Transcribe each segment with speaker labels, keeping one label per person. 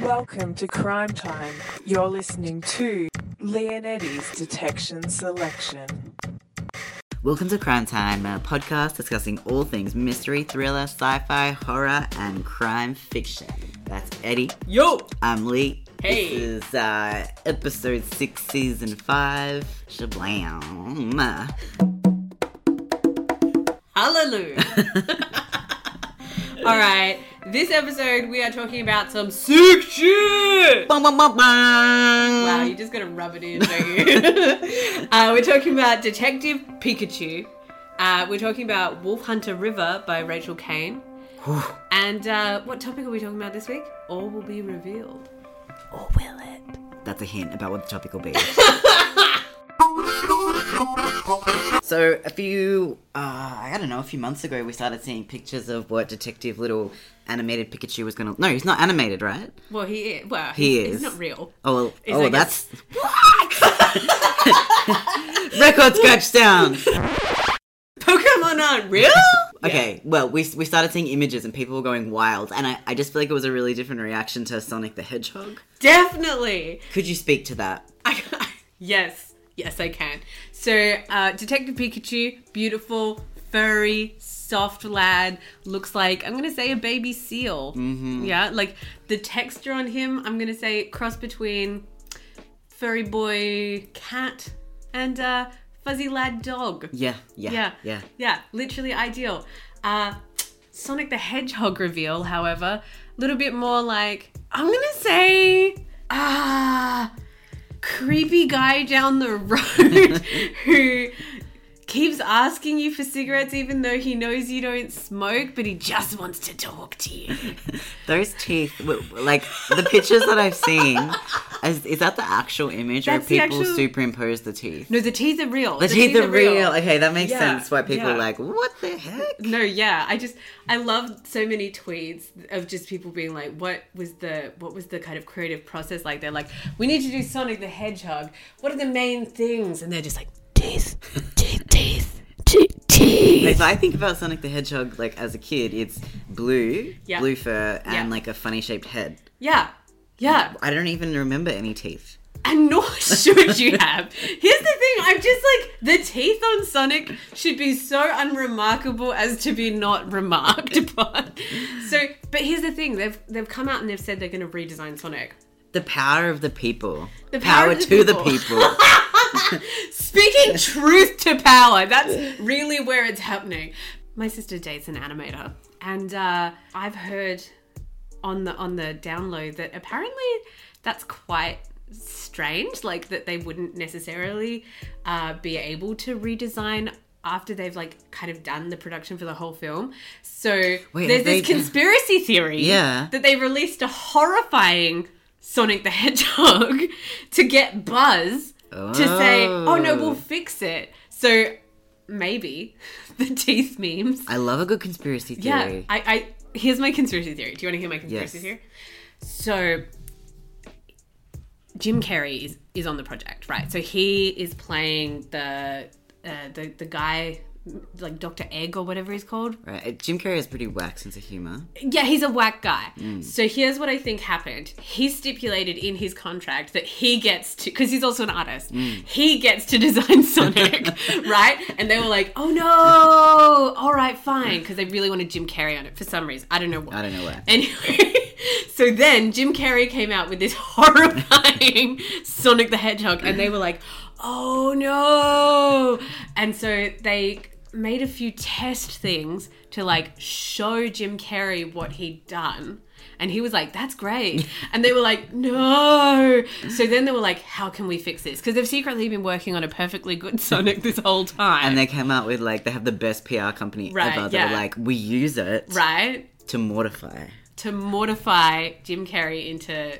Speaker 1: Welcome to Crime Time. You're listening to Leonetti's Detection Selection.
Speaker 2: Welcome to Crime Time, a podcast discussing all things mystery, thriller, sci fi, horror, and crime fiction. That's Eddie.
Speaker 3: Yo!
Speaker 2: I'm Lee.
Speaker 3: Hey.
Speaker 2: This is uh, episode 6, season 5. Shablam.
Speaker 3: Hallelujah! All right, this episode we are talking about some sick shit.
Speaker 2: Bum, bum, bum, bum.
Speaker 3: Wow, you just gotta rub it in, don't you? uh, we're talking about Detective Pikachu. Uh, we're talking about Wolf Hunter River by Rachel Kane. and uh, what topic are we talking about this week? All will be revealed. Or will it?
Speaker 2: That's a hint about what the topic will be. so a few, uh, I don't know, a few months ago, we started seeing pictures of what Detective Little animated Pikachu was gonna. No, he's not animated, right?
Speaker 3: Well, he is. Well,
Speaker 2: He
Speaker 3: he's-
Speaker 2: is.
Speaker 3: He's not real.
Speaker 2: Oh, well,
Speaker 3: He's
Speaker 2: oh,
Speaker 3: like a-
Speaker 2: that's record scratch down.
Speaker 3: Pokemon aren't real?
Speaker 2: Okay, well, we, we started seeing images and people were going wild, and I, I just feel like it was a really different reaction to Sonic the Hedgehog.
Speaker 3: Definitely.
Speaker 2: Could you speak to that?
Speaker 3: I, yes, yes, I can. So, uh, Detective Pikachu, beautiful, furry, soft lad, looks like I'm gonna say a baby seal. Mm-hmm. Yeah, like the texture on him, I'm gonna say cross between furry boy cat and uh, fuzzy lad dog.
Speaker 2: Yeah, yeah,
Speaker 3: Yeah,
Speaker 2: yeah, yeah.
Speaker 3: yeah, literally ideal. Uh, Sonic the Hedgehog reveal, however, a little bit more like I'm gonna say, ah, creepy guy down the road who keeps asking you for cigarettes even though he knows you don't smoke, but he just wants to talk to you.
Speaker 2: Those teeth, w- w- like the pictures that I've seen, is, is that the actual image or
Speaker 3: That's the
Speaker 2: people
Speaker 3: actual-
Speaker 2: superimpose the teeth?
Speaker 3: No, the teeth are real.
Speaker 2: The, teeth, are real. Okay, that makes
Speaker 3: Yeah,
Speaker 2: sense. Why people
Speaker 3: yeah.
Speaker 2: are like, what the heck?
Speaker 3: No, yeah, I just I love so many tweets of just people being like, "What was the what was the kind of creative process like?" They're like, "We need to do Sonic the Hedgehog. What are the main things?" And they're just like, "Teeth, teeth, teeth, teeth, teeth."
Speaker 2: If I think about Sonic the Hedgehog, like as a kid, it's blue,
Speaker 3: Yeah.
Speaker 2: blue fur, and
Speaker 3: Yeah.
Speaker 2: like a funny shaped head.
Speaker 3: Yeah, yeah,
Speaker 2: I don't even remember any teeth.
Speaker 3: and nor should you have. Here's the thing: I'm just like the teeth on Sonic should be so unremarkable as to be not remarked upon. So, but here's the thing: they've they've come out and they've said they're going to redesign Sonic.
Speaker 2: The power of the people.
Speaker 3: The power of the
Speaker 2: to the
Speaker 3: people.
Speaker 2: people.
Speaker 3: Speaking truth to power, that's really where it's happening. My sister dates an animator, and uh, I've heard on the on the download that apparently that's quite strange. Like that they wouldn't necessarily uh, be able to redesign after they've like kind of done the production for the whole film. So there's
Speaker 2: have they-
Speaker 3: this conspiracy theory
Speaker 2: Yeah.
Speaker 3: that they released a horrifying Sonic the Hedgehog to get buzz to say, oh no, we'll fix it. So maybe the teeth memes.
Speaker 2: I love a good conspiracy
Speaker 3: Yeah,
Speaker 2: theory.
Speaker 3: I, I here's my conspiracy theory. Do you want to hear my conspiracy
Speaker 2: Yes.
Speaker 3: theory? So Jim Carrey is, is on the project, right? So he is playing the uh, the the guy like Doctor Egg or whatever he's called.
Speaker 2: Right. uh, Jim Carrey has pretty whack sense of humor.
Speaker 3: Yeah, he's a whack guy.
Speaker 2: Mm.
Speaker 3: So here's what I think happened. He stipulated in his contract that he gets to, because he's also an artist,
Speaker 2: Mm.
Speaker 3: he gets to design Sonic, right? And they were like, oh no, all right, fine, because they really wanted Jim Carrey on it for some reason. I don't know why.
Speaker 2: I don't know why.
Speaker 3: Anyway, so then Jim Carrey came out with this horrifying Sonic the Hedgehog, and they were like, oh no. And so they made a few test things to like show Jim Carrey what he'd done. And he was like, that's great. And they were like, no. So then they were like, how can we fix this? Because they've secretly been working on a perfectly good Sonic this whole time.
Speaker 2: And they come out with like they have the best PR company
Speaker 3: Right,
Speaker 2: ever. They're
Speaker 3: yeah.
Speaker 2: like, we use it
Speaker 3: right?
Speaker 2: to mortify.
Speaker 3: To mortify Jim Carrey into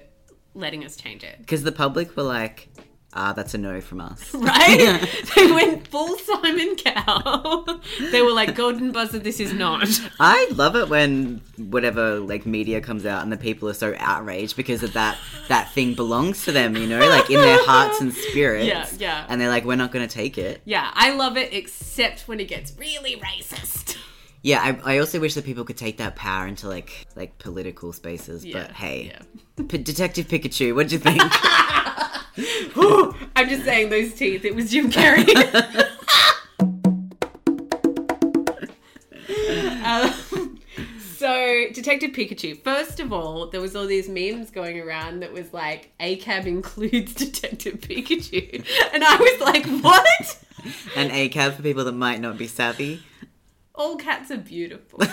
Speaker 3: letting us change it.
Speaker 2: Because the public were like, ah, that's a no from us.
Speaker 3: right? they went full Simon Cowell. they were like, "Golden buzzer, this is not."
Speaker 2: I love it when whatever like media comes out and the people are so outraged because of that that thing belongs to them, you know, like in their hearts and spirits.
Speaker 3: Yeah, yeah.
Speaker 2: And they're like, we're not going to take it.
Speaker 3: Yeah, I love it, except when it gets really racist.
Speaker 2: Yeah, I, I also wish that people could take that power into like like political spaces. but hey, P- Detective Pikachu, what'd you think?
Speaker 3: Ooh, I'm just saying those teeth. It was Jim Carrey. Um, so, Detective Pikachu. First of all, there was all these memes going around that was like, ACAB includes Detective Pikachu. And I was like, what?
Speaker 2: An ACAB for people that might not be savvy.
Speaker 3: All cats are beautiful. but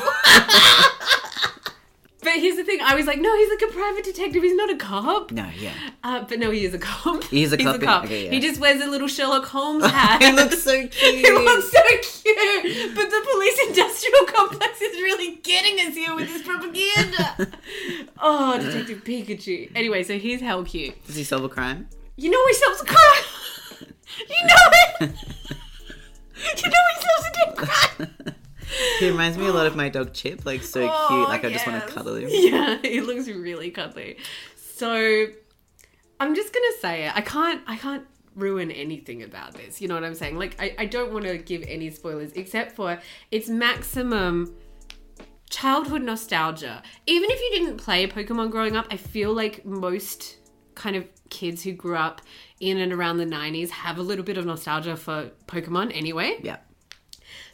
Speaker 3: here's the thing. I was like, no, he's like a private detective. He's not a cop.
Speaker 2: No, yeah,
Speaker 3: Uh, but no, he is a cop.
Speaker 2: He is a cop, yeah. Okay, yeah.
Speaker 3: He just wears a little Sherlock Holmes hat.
Speaker 2: he looks so cute.
Speaker 3: He looks so cute. But the police industrial complex is really getting us here with this propaganda. oh, Detective Pikachu. Anyway, so he's hell cute.
Speaker 2: Does he solve a crime?
Speaker 3: You know he solves a crime. you know it. you know he solves a damn crime.
Speaker 2: He reminds me a lot of my dog Chip. Like so cute.
Speaker 3: Oh,
Speaker 2: Like I just want
Speaker 3: yes.
Speaker 2: to cuddle him.
Speaker 3: Yeah, he looks really cuddly. So I'm just gonna say it. I can't I can't ruin anything about this. You know what I'm saying? Like I, I don't wanna give any spoilers except for it's maximum childhood nostalgia. Even if you didn't play Pokemon growing up, I feel like most kind of kids who grew up in and around the 90s have a little bit of nostalgia for Pokemon anyway.
Speaker 2: Yeah.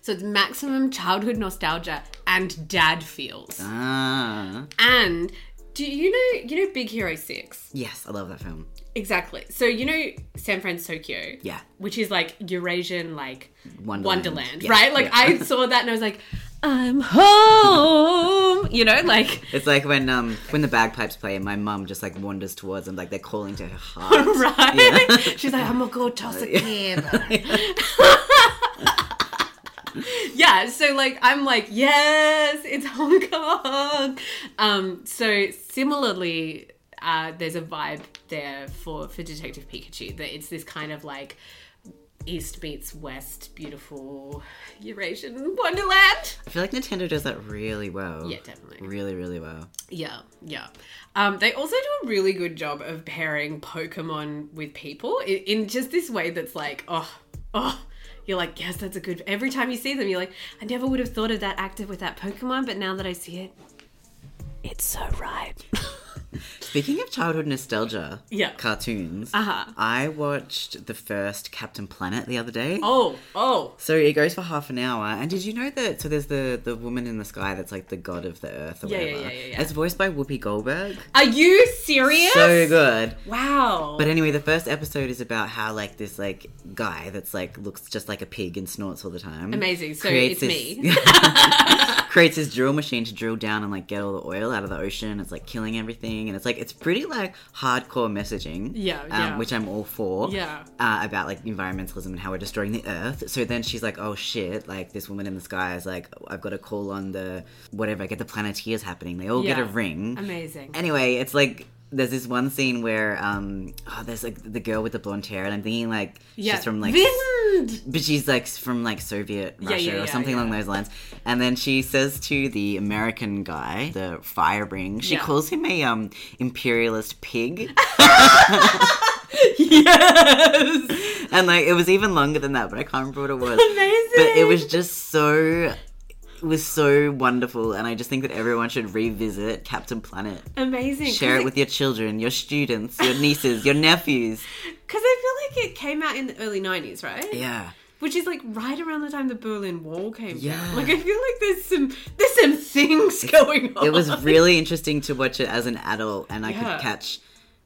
Speaker 3: So it's maximum childhood nostalgia and dad feels.
Speaker 2: Ah,
Speaker 3: And do you know you know Big Hero Six?
Speaker 2: yes, I love that film.
Speaker 3: Exactly. So you know San Fran Tokyo,
Speaker 2: Yeah,
Speaker 3: which is like Eurasian like
Speaker 2: Wonderland.
Speaker 3: Wonderland,
Speaker 2: Yeah,
Speaker 3: right? Like
Speaker 2: yeah.
Speaker 3: I saw that and I was like, I'm home. You know, like
Speaker 2: It's like when um when the bagpipes play and my mum just like wanders towards them, like they're calling to her heart.
Speaker 3: right. She's like, I'm gonna go toss a kid. yeah, so like I'm like, yes, it's Hong Kong. Um, so similarly, uh, there's a vibe there for for Detective Pikachu that it's this kind of like East meets West, beautiful Eurasian wonderland.
Speaker 2: I feel like Nintendo does that really well.
Speaker 3: Yeah, definitely.
Speaker 2: Really, really well.
Speaker 3: Yeah, yeah. Um, they also do a really good job of pairing Pokemon with people in, in just this way that's like, oh, oh. You're like, yes, that's a good. Every time you see them, you're like, I never would have thought of that active with that Pokemon, but now that I see it, it's so right.
Speaker 2: Speaking of childhood nostalgia,
Speaker 3: Yeah.
Speaker 2: cartoons.
Speaker 3: Uh-huh.
Speaker 2: I watched the first Captain Planet the other day.
Speaker 3: Oh, oh,
Speaker 2: So it goes for half an hour. And did you know that? So there's the the woman in the sky that's like the god of the earth or
Speaker 3: Yeah, yeah,
Speaker 2: whatever.
Speaker 3: yeah, yeah, yeah.
Speaker 2: It's voiced by Whoopi Goldberg.
Speaker 3: are you serious?
Speaker 2: So good.
Speaker 3: Wow.
Speaker 2: But anyway, the first episode is about how like this like guy that's like looks just like a pig and snorts all the time.
Speaker 3: Amazing. So
Speaker 2: creates
Speaker 3: it's
Speaker 2: this- creates his drill machine to drill down and like get all the oil out of the ocean. It's like killing everything, and it's like it's pretty like hardcore messaging.
Speaker 3: Yeah,
Speaker 2: um,
Speaker 3: yeah.
Speaker 2: Which I'm all for.
Speaker 3: Yeah.
Speaker 2: Uh, about like environmentalism and how we're destroying the earth. So then she's like, oh shit! Like this woman in the sky is like, I've got to call on the whatever. Get the planeteers happening. They all get
Speaker 3: Yeah.
Speaker 2: a ring.
Speaker 3: Amazing.
Speaker 2: Anyway, it's like there's this one scene where um oh there's like the girl with the blonde hair and I'm thinking like
Speaker 3: yeah.
Speaker 2: she's from like
Speaker 3: Vind!
Speaker 2: but she's like from like Soviet Russia
Speaker 3: yeah, yeah,
Speaker 2: or something
Speaker 3: yeah.
Speaker 2: along those lines. And then she says to the American guy, the fire ring, she
Speaker 3: Yeah.
Speaker 2: calls him a um imperialist pig.
Speaker 3: Yes.
Speaker 2: and like it was even longer than that, but I can't remember what it was.
Speaker 3: Amazing.
Speaker 2: But it was just so it was so wonderful and I just think that everyone should revisit Captain Planet.
Speaker 3: Amazing. 'Cause
Speaker 2: Share it with your children, your students, your nieces, your nephews.
Speaker 3: Because I feel like it came out in the early 90s, right?
Speaker 2: Yeah.
Speaker 3: Which is like right around the time the Berlin Wall came
Speaker 2: Yeah.
Speaker 3: down. Like I feel like there's some there's some things going on.
Speaker 2: It was really interesting to watch it as an adult and I
Speaker 3: Yeah.
Speaker 2: could catch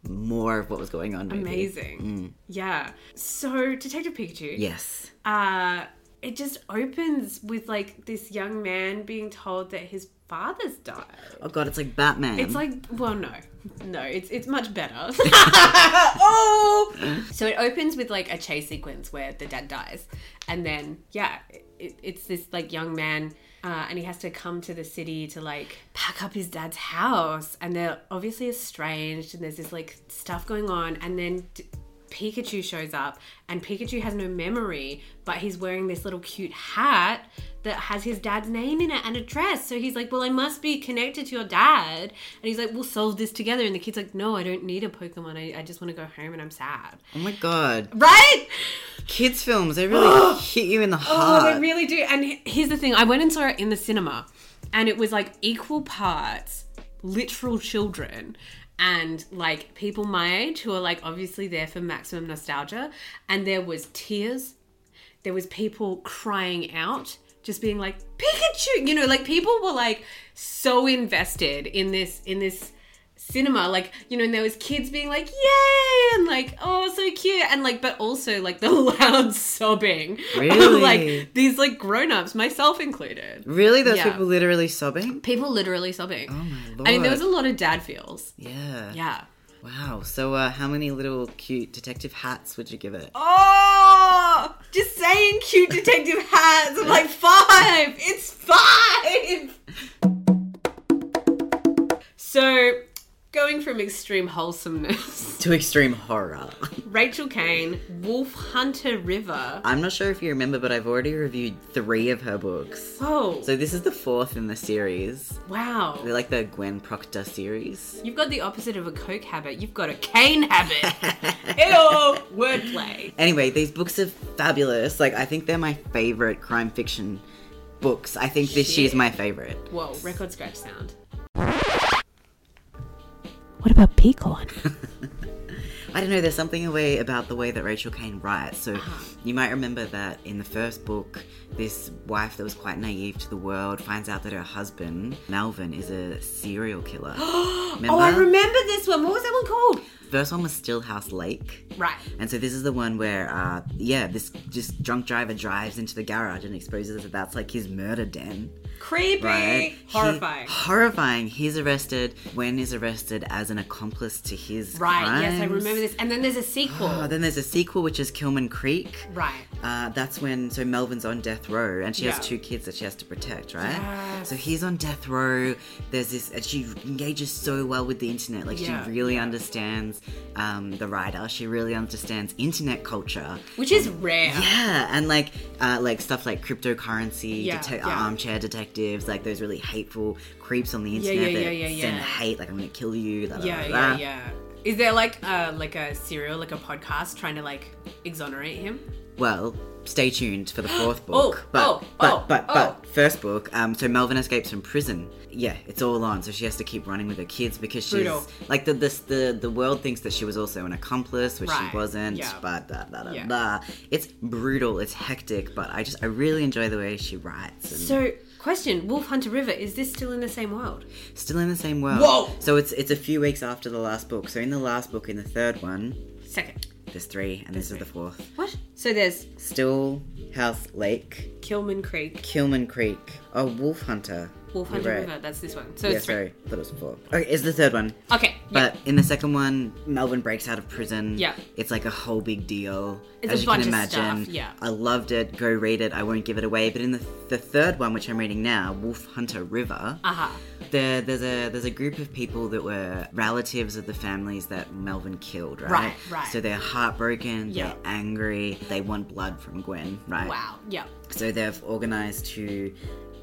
Speaker 2: more of what was going on. maybe.
Speaker 3: amazing.
Speaker 2: Mm.
Speaker 3: Yeah. So Detective Pikachu.
Speaker 2: Yes.
Speaker 3: Uh it just opens with like this young man being told that his father's died.
Speaker 2: Oh god, it's like Batman.
Speaker 3: It's like well no. No, it's it's much better. oh. So it opens with like a chase sequence where the dad dies and then yeah, it, it's this like young man uh, and he has to come to the city to like pack up his dad's house and they're obviously estranged and there's this like stuff going on and then d- Pikachu shows up and Pikachu has no memory, but he's wearing this little cute hat that has his dad's name in it and address. So he's like, Well, I must be connected to your dad. And he's like, We'll solve this together. And the kid's like, No, I don't need a Pokemon. I, I just want to go home and I'm sad.
Speaker 2: Oh my god.
Speaker 3: Right?
Speaker 2: Kids films, they really hit you in the heart.
Speaker 3: Oh, they really do. And he- here's the thing I went and saw it in the cinema, and it was like equal parts literal children and like people my age who are like obviously there for maximum nostalgia. And there was tears, there was people crying out. Just being like Pikachu, you know, like people were like so invested in this in this cinema like you know and there was kids being like yay and like oh so cute and like but also like the loud sobbing
Speaker 2: Really?
Speaker 3: like these like grown-ups myself included
Speaker 2: really? Those
Speaker 3: Yeah.
Speaker 2: people literally sobbing?
Speaker 3: people literally sobbing
Speaker 2: Oh my lord.
Speaker 3: i mean there was a lot of dad feels
Speaker 2: yeah.
Speaker 3: yeah
Speaker 2: Wow. So, uh, how many little cute detective hats would you give it?
Speaker 3: oh just saying cute detective hats i'm like five it's five so going from extreme wholesomeness
Speaker 2: To extreme horror.
Speaker 3: Rachel Kane, Wolf Hunter River.
Speaker 2: I'm not sure if you remember, but I've already reviewed three of her books.
Speaker 3: Oh,
Speaker 2: So, this is the fourth in the series.
Speaker 3: wow.
Speaker 2: They're like the Gwen Proctor series.
Speaker 3: You've got the opposite of a Coke habit. You've got a cane habit. Ew, wordplay.
Speaker 2: Anyway, these books are fabulous. Like, I think they're my favorite crime fiction books. I think this
Speaker 3: Shit.
Speaker 2: year's my favorite.
Speaker 3: Whoa, record scratch sound.
Speaker 4: What about pecan?
Speaker 2: I don't know, there's something away about the way that Rachel Kane writes. So you might remember that in the first book, this wife that was quite naive to the world finds out that her husband, Malvin, is a serial killer. remember?
Speaker 3: Oh, I remember this one. What was that one called?
Speaker 2: First one was Stillhouse Lake.
Speaker 3: Right.
Speaker 2: And so this is the one where, uh, yeah, this just drunk driver drives into the garage and exposes that that's like his murder den.
Speaker 3: Creepy.
Speaker 2: Right? He-
Speaker 3: Horrifying.
Speaker 2: horrifying. He's arrested. Gwen is arrested as an accomplice to his
Speaker 3: right, yes, I
Speaker 2: crimes.
Speaker 3: remember this. And then there's a sequel.
Speaker 2: Oh, then there's a sequel which is Kilman Creek.
Speaker 3: right.
Speaker 2: Uh, that's when so Melvin's on death row and she
Speaker 3: Yeah.
Speaker 2: has two kids that she has to protect, right? So he's on death row. There's this, and she engages so well with the internet. Like
Speaker 3: Yeah.
Speaker 2: she really understands um, the writer. She really understands internet culture.
Speaker 3: Which is rare.
Speaker 2: Yeah, and like uh, like stuff like cryptocurrency,
Speaker 3: Yeah,
Speaker 2: detec-
Speaker 3: yeah.
Speaker 2: armchair detectives, like those really hateful creeps on the
Speaker 3: Yeah,
Speaker 2: internet
Speaker 3: yeah,
Speaker 2: that
Speaker 3: yeah, yeah,
Speaker 2: send
Speaker 3: yeah.
Speaker 2: hate, like I'm gonna kill you. Da, da,
Speaker 3: Yeah,
Speaker 2: da,
Speaker 3: yeah,
Speaker 2: da.
Speaker 3: yeah. Is there like a like a serial, like a podcast trying to like exonerate him?
Speaker 2: Well, stay tuned for the fourth
Speaker 3: Oh,
Speaker 2: book. but,
Speaker 3: oh,
Speaker 2: but,
Speaker 3: oh,
Speaker 2: but,
Speaker 3: oh.
Speaker 2: but, first book. Um, so Melvin escapes from prison. Yeah, it's all on. So she has to keep running with her kids because she's
Speaker 3: Brutal.
Speaker 2: like the this the the world thinks that she was also an accomplice, which
Speaker 3: Right,
Speaker 2: she wasn't.
Speaker 3: yeah.
Speaker 2: But da, da, da,
Speaker 3: Yeah.
Speaker 2: da. It's brutal. It's hectic. But I just I really enjoy the way she writes. And
Speaker 3: So, question Wolf Hunter River, is this still in the same world?
Speaker 2: still in the same world.
Speaker 3: Whoa!
Speaker 2: So it's it's a few weeks after the last book. So in the last book, in the third one,
Speaker 3: Second.
Speaker 2: there's three, and this is the fourth.
Speaker 3: What? So there's
Speaker 2: Still House Lake.
Speaker 3: Kilman Creek,
Speaker 2: Kilman Creek. Oh, Wolf Hunter.
Speaker 3: Wolf
Speaker 2: You're
Speaker 3: Hunter
Speaker 2: right.
Speaker 3: River. That's this one. So
Speaker 2: Yeah,
Speaker 3: it's three.
Speaker 2: sorry. Thought it was four. Okay, it's the third one.
Speaker 3: Okay. yeah.
Speaker 2: But in the second one, Melvin breaks out of prison.
Speaker 3: Yeah.
Speaker 2: It's like a whole big deal.
Speaker 3: It's
Speaker 2: as
Speaker 3: a
Speaker 2: you
Speaker 3: bunch
Speaker 2: can
Speaker 3: of
Speaker 2: imagine.
Speaker 3: stuff, yeah.
Speaker 2: I loved it. Go read it. I won't give it away. But in the, the third one, which I'm reading now, Wolf Hunter River,
Speaker 3: Aha.
Speaker 2: there, there's a there's a group of people that were relatives of the families that Melvin killed, right?
Speaker 3: Right, right.
Speaker 2: So they're heartbroken,
Speaker 3: Yeah.
Speaker 2: they're angry, they want blood from Gwen, right?
Speaker 3: Wow. Yeah.
Speaker 2: So they've organised to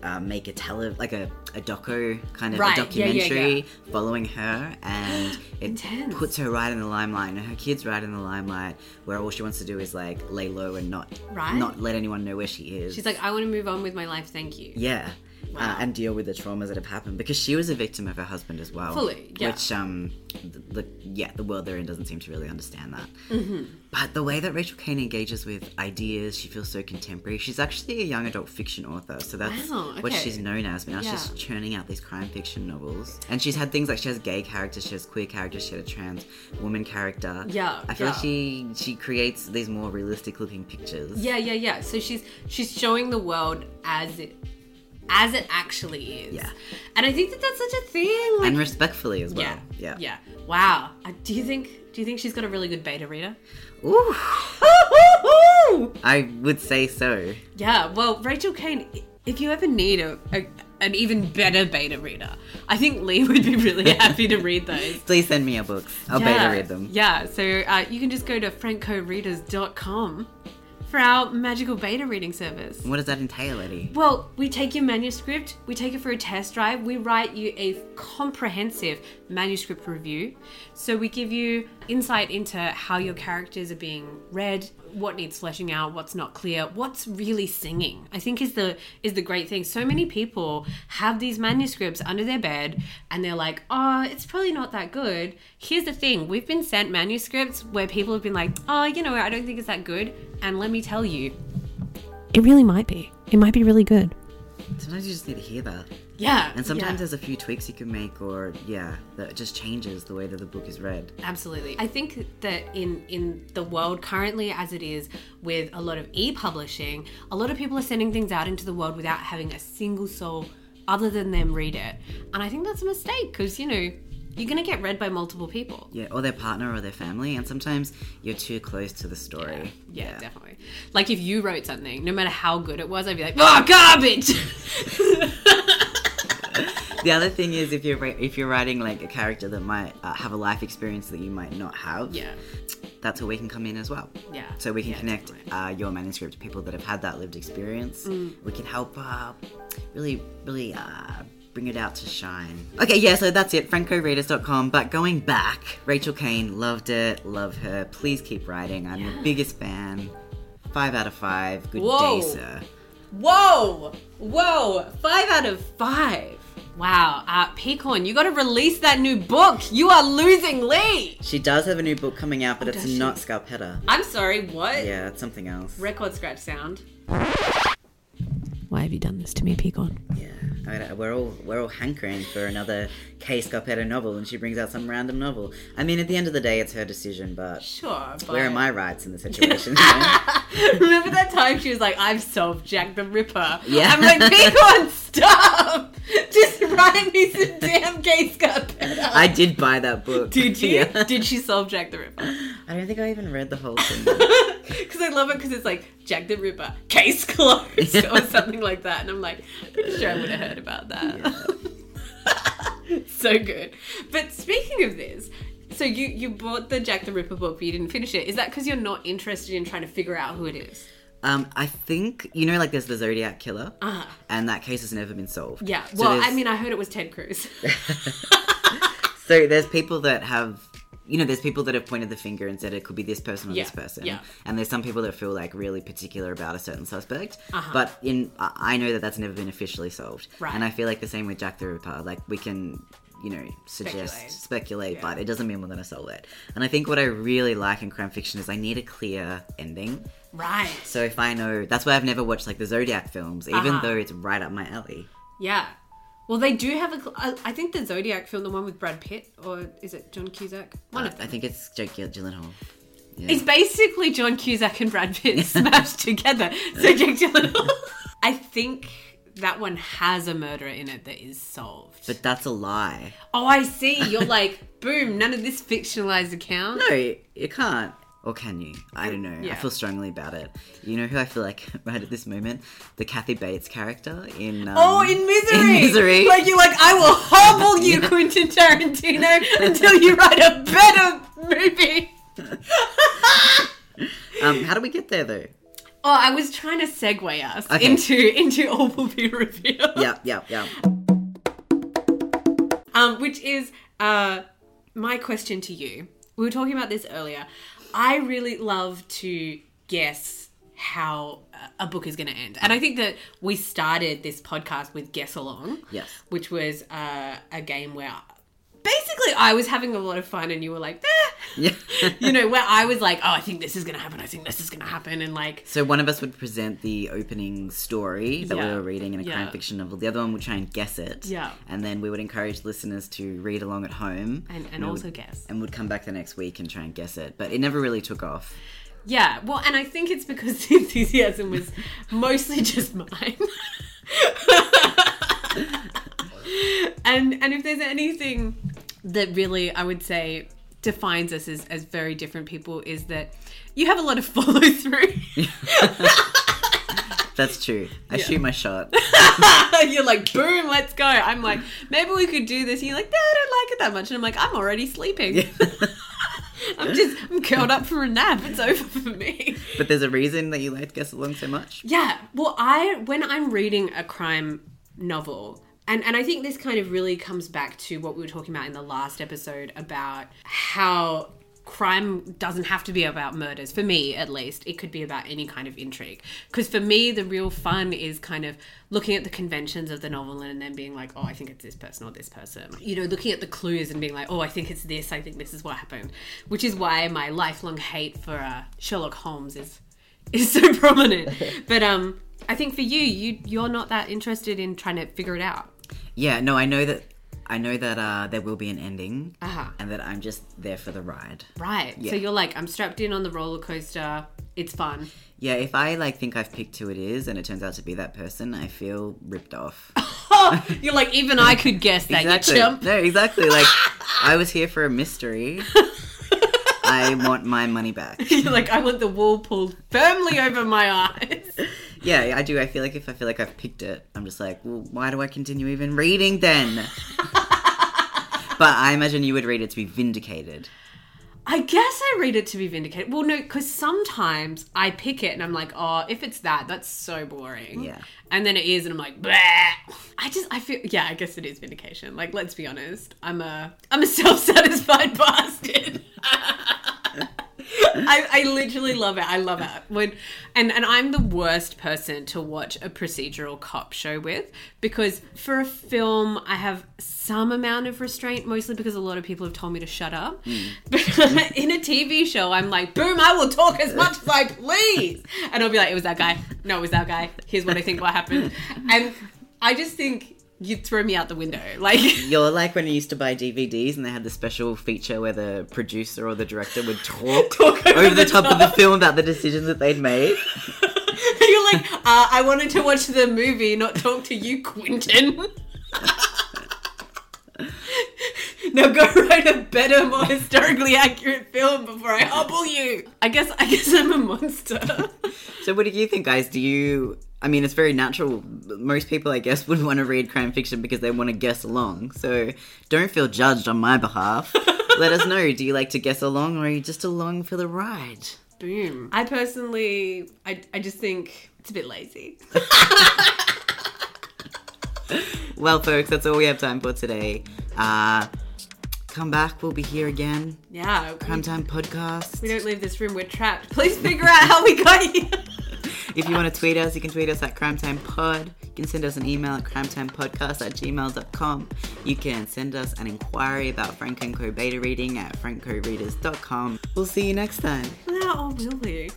Speaker 2: uh, make a tele, like a, a doco kind of
Speaker 3: Right,
Speaker 2: a
Speaker 3: yeah, yeah, yeah.
Speaker 2: documentary following her, and it
Speaker 3: Intense.
Speaker 2: puts her right in the limelight, and her kids right in the limelight, where all she wants to do is like lay low and not
Speaker 3: Right.
Speaker 2: not let anyone know where she is.
Speaker 3: She's like, I want to move on with my life. Thank you.
Speaker 2: yeah.
Speaker 3: Wow.
Speaker 2: Uh, and deal with the traumas that have happened because she was a victim of her husband as well.
Speaker 3: Fully, yeah.
Speaker 2: Which, um, the, the, yeah, the world they're in doesn't seem to really understand that.
Speaker 3: Mm-hmm.
Speaker 2: But the way that Rachel Kane engages with ideas, she feels so contemporary. She's actually a young adult fiction author, so that's
Speaker 3: Wow,
Speaker 2: what
Speaker 3: okay.
Speaker 2: she's known as. Now she's
Speaker 3: Yeah.
Speaker 2: churning out these crime fiction novels, and she's had things like she has gay characters, she has queer characters, she had a trans woman character.
Speaker 3: Yeah,
Speaker 2: I feel
Speaker 3: yeah.
Speaker 2: like she she creates these more realistic looking pictures.
Speaker 3: Yeah. Yeah. Yeah. So she's she's showing the world as it as it actually is.
Speaker 2: Yeah.
Speaker 3: And I think that that's such a thing. Like,
Speaker 2: and respectfully as well.
Speaker 3: yeah. Yeah. Wow. Uh, do you think? Do you think she's got a really good beta reader?
Speaker 2: Ooh. I would say so.
Speaker 3: Yeah. Well, Rachel Kane, i- if you ever need a, a an even better beta reader. I think Lee would be really happy to read those.
Speaker 2: Please send me your books. I'll beta read them.
Speaker 3: Yeah, so uh, you can just go to francoreaders.com for our magical beta reading service.
Speaker 2: What does that entail, Eddie?
Speaker 3: Well, we take your manuscript, we take it for a test drive, we write you a comprehensive manuscript review. So we give you insight into how your characters are being read, what needs fleshing out, what's not clear, what's really singing. I think is the is the great thing. So many people have these manuscripts under their bed and they're like, "Oh, it's probably not that good." Here's the thing, we've been sent manuscripts where people have been like, "Oh, you know, I don't think it's that good." And let me tell you,
Speaker 4: It really might be. It might be really good.
Speaker 2: Sometimes you just need to hear that.
Speaker 3: yeah.
Speaker 2: And sometimes
Speaker 3: yeah.
Speaker 2: there's a few tweaks you can make, or yeah, that just changes the way that the book is read.
Speaker 3: Absolutely. I think that in in the world currently as it is with a lot of e-publishing, a lot of people are sending things out into the world without having a single soul other than them read it. And I think that's a mistake because, you know, you're going to get read by multiple people.
Speaker 2: Yeah, or their partner or their family, and sometimes you're too close to the story.
Speaker 3: Yeah, definitely. Like if you wrote something, no matter how good it was, I'd be like, "Oh, garbage."
Speaker 2: The other thing is if you're ri- if you're writing like a character that might uh, have a life experience that you might not have,
Speaker 3: yeah.
Speaker 2: that's where we can come in as well.
Speaker 3: Yeah.
Speaker 2: So we can
Speaker 3: Yeah,
Speaker 2: connect
Speaker 3: definitely. Mm.
Speaker 2: uh, your manuscript to people that have had that lived experience. We can help uh, really, really uh, bring it out to shine. Okay, yeah, so that's it, francoreaders.com. But going back, Rachel Kane loved it, love her. Please keep writing. I'm your biggest fan. Five out of five. Good day,
Speaker 3: Whoa.
Speaker 2: sir.
Speaker 3: Whoa! Whoa! Five out of five. Wow, uh, Peacorn, you got to release that new book. You are losing Lee.
Speaker 2: She does have a new book coming out, but it's
Speaker 3: Oh, does she?
Speaker 2: not Scarpetta.
Speaker 3: I'm sorry. What?
Speaker 2: Yeah, it's something else.
Speaker 3: Record scratch sound.
Speaker 4: Why have you done this to me, Peacorn?
Speaker 2: Yeah, I mean, uh, we're all we're all hankering for another Kay Scarpetta novel, and she brings out some random novel. I mean, at the end of the day, it's her decision, but
Speaker 3: Sure. But...
Speaker 2: where are my rights in the situation? you know?
Speaker 3: Remember that time she was like, "I've solved Jack the Ripper."
Speaker 2: Yeah.
Speaker 3: I'm like, Peacorn, stop! Just write me some damn case cup.
Speaker 2: I did buy that book.
Speaker 3: Did you?
Speaker 2: Yeah.
Speaker 3: Did she solve Jack the Ripper?
Speaker 2: I don't think I even read the whole thing.
Speaker 3: Because I love it because it's like Jack the Ripper, case closed,
Speaker 2: Yeah.
Speaker 3: or something like that. And I'm like, pretty sure I would have heard about that. so good. But speaking of this, so you you bought the Jack the Ripper book, but you didn't finish it. Is that because you're not interested in trying to figure out who it is?
Speaker 2: Um, I think you know, like there's the Zodiac killer,
Speaker 3: Uh-huh.
Speaker 2: and that case has never been solved.
Speaker 3: Yeah.
Speaker 2: So
Speaker 3: Well, I
Speaker 2: there's-
Speaker 3: mean, I heard it was Ted Cruz.
Speaker 2: So there's people that have, you know, there's people that have pointed the finger and said it could be this person or
Speaker 3: Yeah,
Speaker 2: this person.
Speaker 3: yeah.
Speaker 2: And there's some people that feel like really particular about a certain suspect. But in, I I know that that's never been officially solved.
Speaker 3: Uh-huh. Right.
Speaker 2: And I feel like the same with Jack the Ripper. Like we can, you know, suggest,
Speaker 3: Speculate.
Speaker 2: speculate, but it doesn't mean we're going to solve it. And I think what I really like in crime fiction is I need a clear ending.
Speaker 3: right.
Speaker 2: So if I know, that's why I've never watched like the Zodiac films, even
Speaker 3: Uh-huh.
Speaker 2: though it's right up my alley.
Speaker 3: Yeah. Well, they do have a. cl- I I think the Zodiac film, the one with Brad Pitt, or is it John Cusack? One
Speaker 2: I,
Speaker 3: of them.
Speaker 2: I think it's Jake Gy- Gyllenhaal.
Speaker 3: It's basically John Cusack and Brad Pitt smashed together. So Jake Gyllenhaal. I think that one has a murderer in it that is solved.
Speaker 2: But that's a lie.
Speaker 3: oh, I see. You're like, boom, none of this fictionalized account.
Speaker 2: No, you can't. Or can you? I don't know.
Speaker 3: Yeah.
Speaker 2: I feel strongly about it. You know who I feel like right at this moment? The Kathy Bates character in. Um,
Speaker 3: Oh, in misery.
Speaker 2: In Misery.
Speaker 3: Like you're like, I will hobble you, Quentin Tarantino, until you write a better movie.
Speaker 2: um, how do we get there though?
Speaker 3: Oh, I was trying to segue us
Speaker 2: Okay.
Speaker 3: into into all will be revealed.
Speaker 2: Yeah, yeah, yeah.
Speaker 3: um, which is uh, my question to you. We were talking about this earlier. I really love to guess how a book is going to end, and I think that we started this podcast with guess along,
Speaker 2: Yes.
Speaker 3: which was uh, a game where basically I was having a lot of fun, and you were like, eh.
Speaker 2: Yeah.
Speaker 3: you know, where I was like, oh, I think this is going to happen, I think this is going to happen, and like,
Speaker 2: So one of us would present the opening story that
Speaker 3: Yeah.
Speaker 2: we were reading in a
Speaker 3: Yeah.
Speaker 2: crime fiction novel. The other one would try and guess it.
Speaker 3: Yeah.
Speaker 2: And then we would encourage listeners to read along at home.
Speaker 3: and
Speaker 2: we
Speaker 3: and
Speaker 2: would-
Speaker 3: also guess.
Speaker 2: and would come back the next week and try and guess it. But it never really took off.
Speaker 3: Yeah, well, and I think it's because the enthusiasm was mostly just mine. and and if there's anything that really I would say defines us as, as very different people is that you have a lot of follow through.
Speaker 2: That's true. I shoot my shot.
Speaker 3: You're like, boom, let's go. I'm like, maybe we could do this. And you're like, no, I don't like it that much. And I'm like, I'm already sleeping. I'm just, I'm curled up for a nap. It's over for me.
Speaker 2: but there's a reason that you like Guess Along so much.
Speaker 3: Yeah. Well, I when I'm reading a crime novel, and and I think this kind of really comes back to what we were talking about in the last episode about how crime doesn't have to be about murders for me at least it could be about any kind of intrigue because for me the real fun is kind of looking at the conventions of the novel and then being like oh i think it's this person or this person you know looking at the clues and being like oh i think it's this i think this is what happened which is why my lifelong hate for uh, sherlock holmes is is so prominent. But um, I think for you, you you're not that interested in trying to figure it out.
Speaker 2: Yeah, no, I know that. I know that uh, there will be an ending,
Speaker 3: Uh-huh.
Speaker 2: and that I'm just there for the ride.
Speaker 3: Right. So you're like, I'm strapped in on the roller coaster. It's fun.
Speaker 2: Yeah, if I like think I've picked who it is, and it turns out to be that person, I feel ripped off.
Speaker 3: you're like, even I could guess that
Speaker 2: exactly.
Speaker 3: you chump.
Speaker 2: No, exactly. Like I was here for a mystery. I want my money back.
Speaker 3: You're like, I want the wool pulled firmly over my eyes.
Speaker 2: Yeah, I do. I feel like if I feel like I've picked it, I'm just like, well, why do I continue even reading then? but I imagine you would read it to be vindicated.
Speaker 3: I guess I read it to be vindicated. Well, no, because sometimes I pick it and I'm like, oh, if it's that, that's so boring.
Speaker 2: Yeah.
Speaker 3: And then it is, and I'm like, bleh. I just, I feel, yeah, I guess it is vindication. Like, let's be honest, I'm a, I'm a self-satisfied bastard. I, I literally love it. I love it when, and and I'm the worst person to watch a procedural cop show with because for a film I have some amount of restraint, mostly because a lot of people have told me to shut up. But in a TV show, I'm like, boom, I will talk as much as I please, and I'll be like, it was that guy. No, it was that guy. Here's what I think what happened, and I just think you throw me out the window, like.
Speaker 2: You're like when you used to buy DVDs and they had the special feature where the producer or the director would talk,
Speaker 3: Talk over
Speaker 2: over, the,
Speaker 3: the
Speaker 2: top, of the
Speaker 3: top.
Speaker 2: film about the decisions that they'd made.
Speaker 3: You're like, uh, I wanted to watch the movie, not talk to you, Quentin. now go write a better, more historically accurate film before I hobble you. I guess I guess I'm a monster.
Speaker 2: So, what do you think, guys? Do you? I mean, it's very natural. Most people, I guess, would want to read crime fiction because they want to guess along. So, don't feel judged on my behalf. Let us know. Do you like to guess along, or are you just along for the ride?
Speaker 3: Boom. I personally, I, I just think it's a bit lazy.
Speaker 2: Well, folks, that's all we have time for today. Uh, come back. We'll be here again.
Speaker 3: Yeah.
Speaker 2: Crime
Speaker 3: We,
Speaker 2: Time Podcast.
Speaker 3: we don't leave this room. We're trapped. Please figure out how we got here.
Speaker 2: If you want to tweet us, you can tweet us at Crime Time Pod. You can send us an email at crimetimepodcast at gmail.com. You can send us an inquiry about Franco and Co beta reading at francoreaders.com. We'll see you next time.
Speaker 3: No, oh, will we?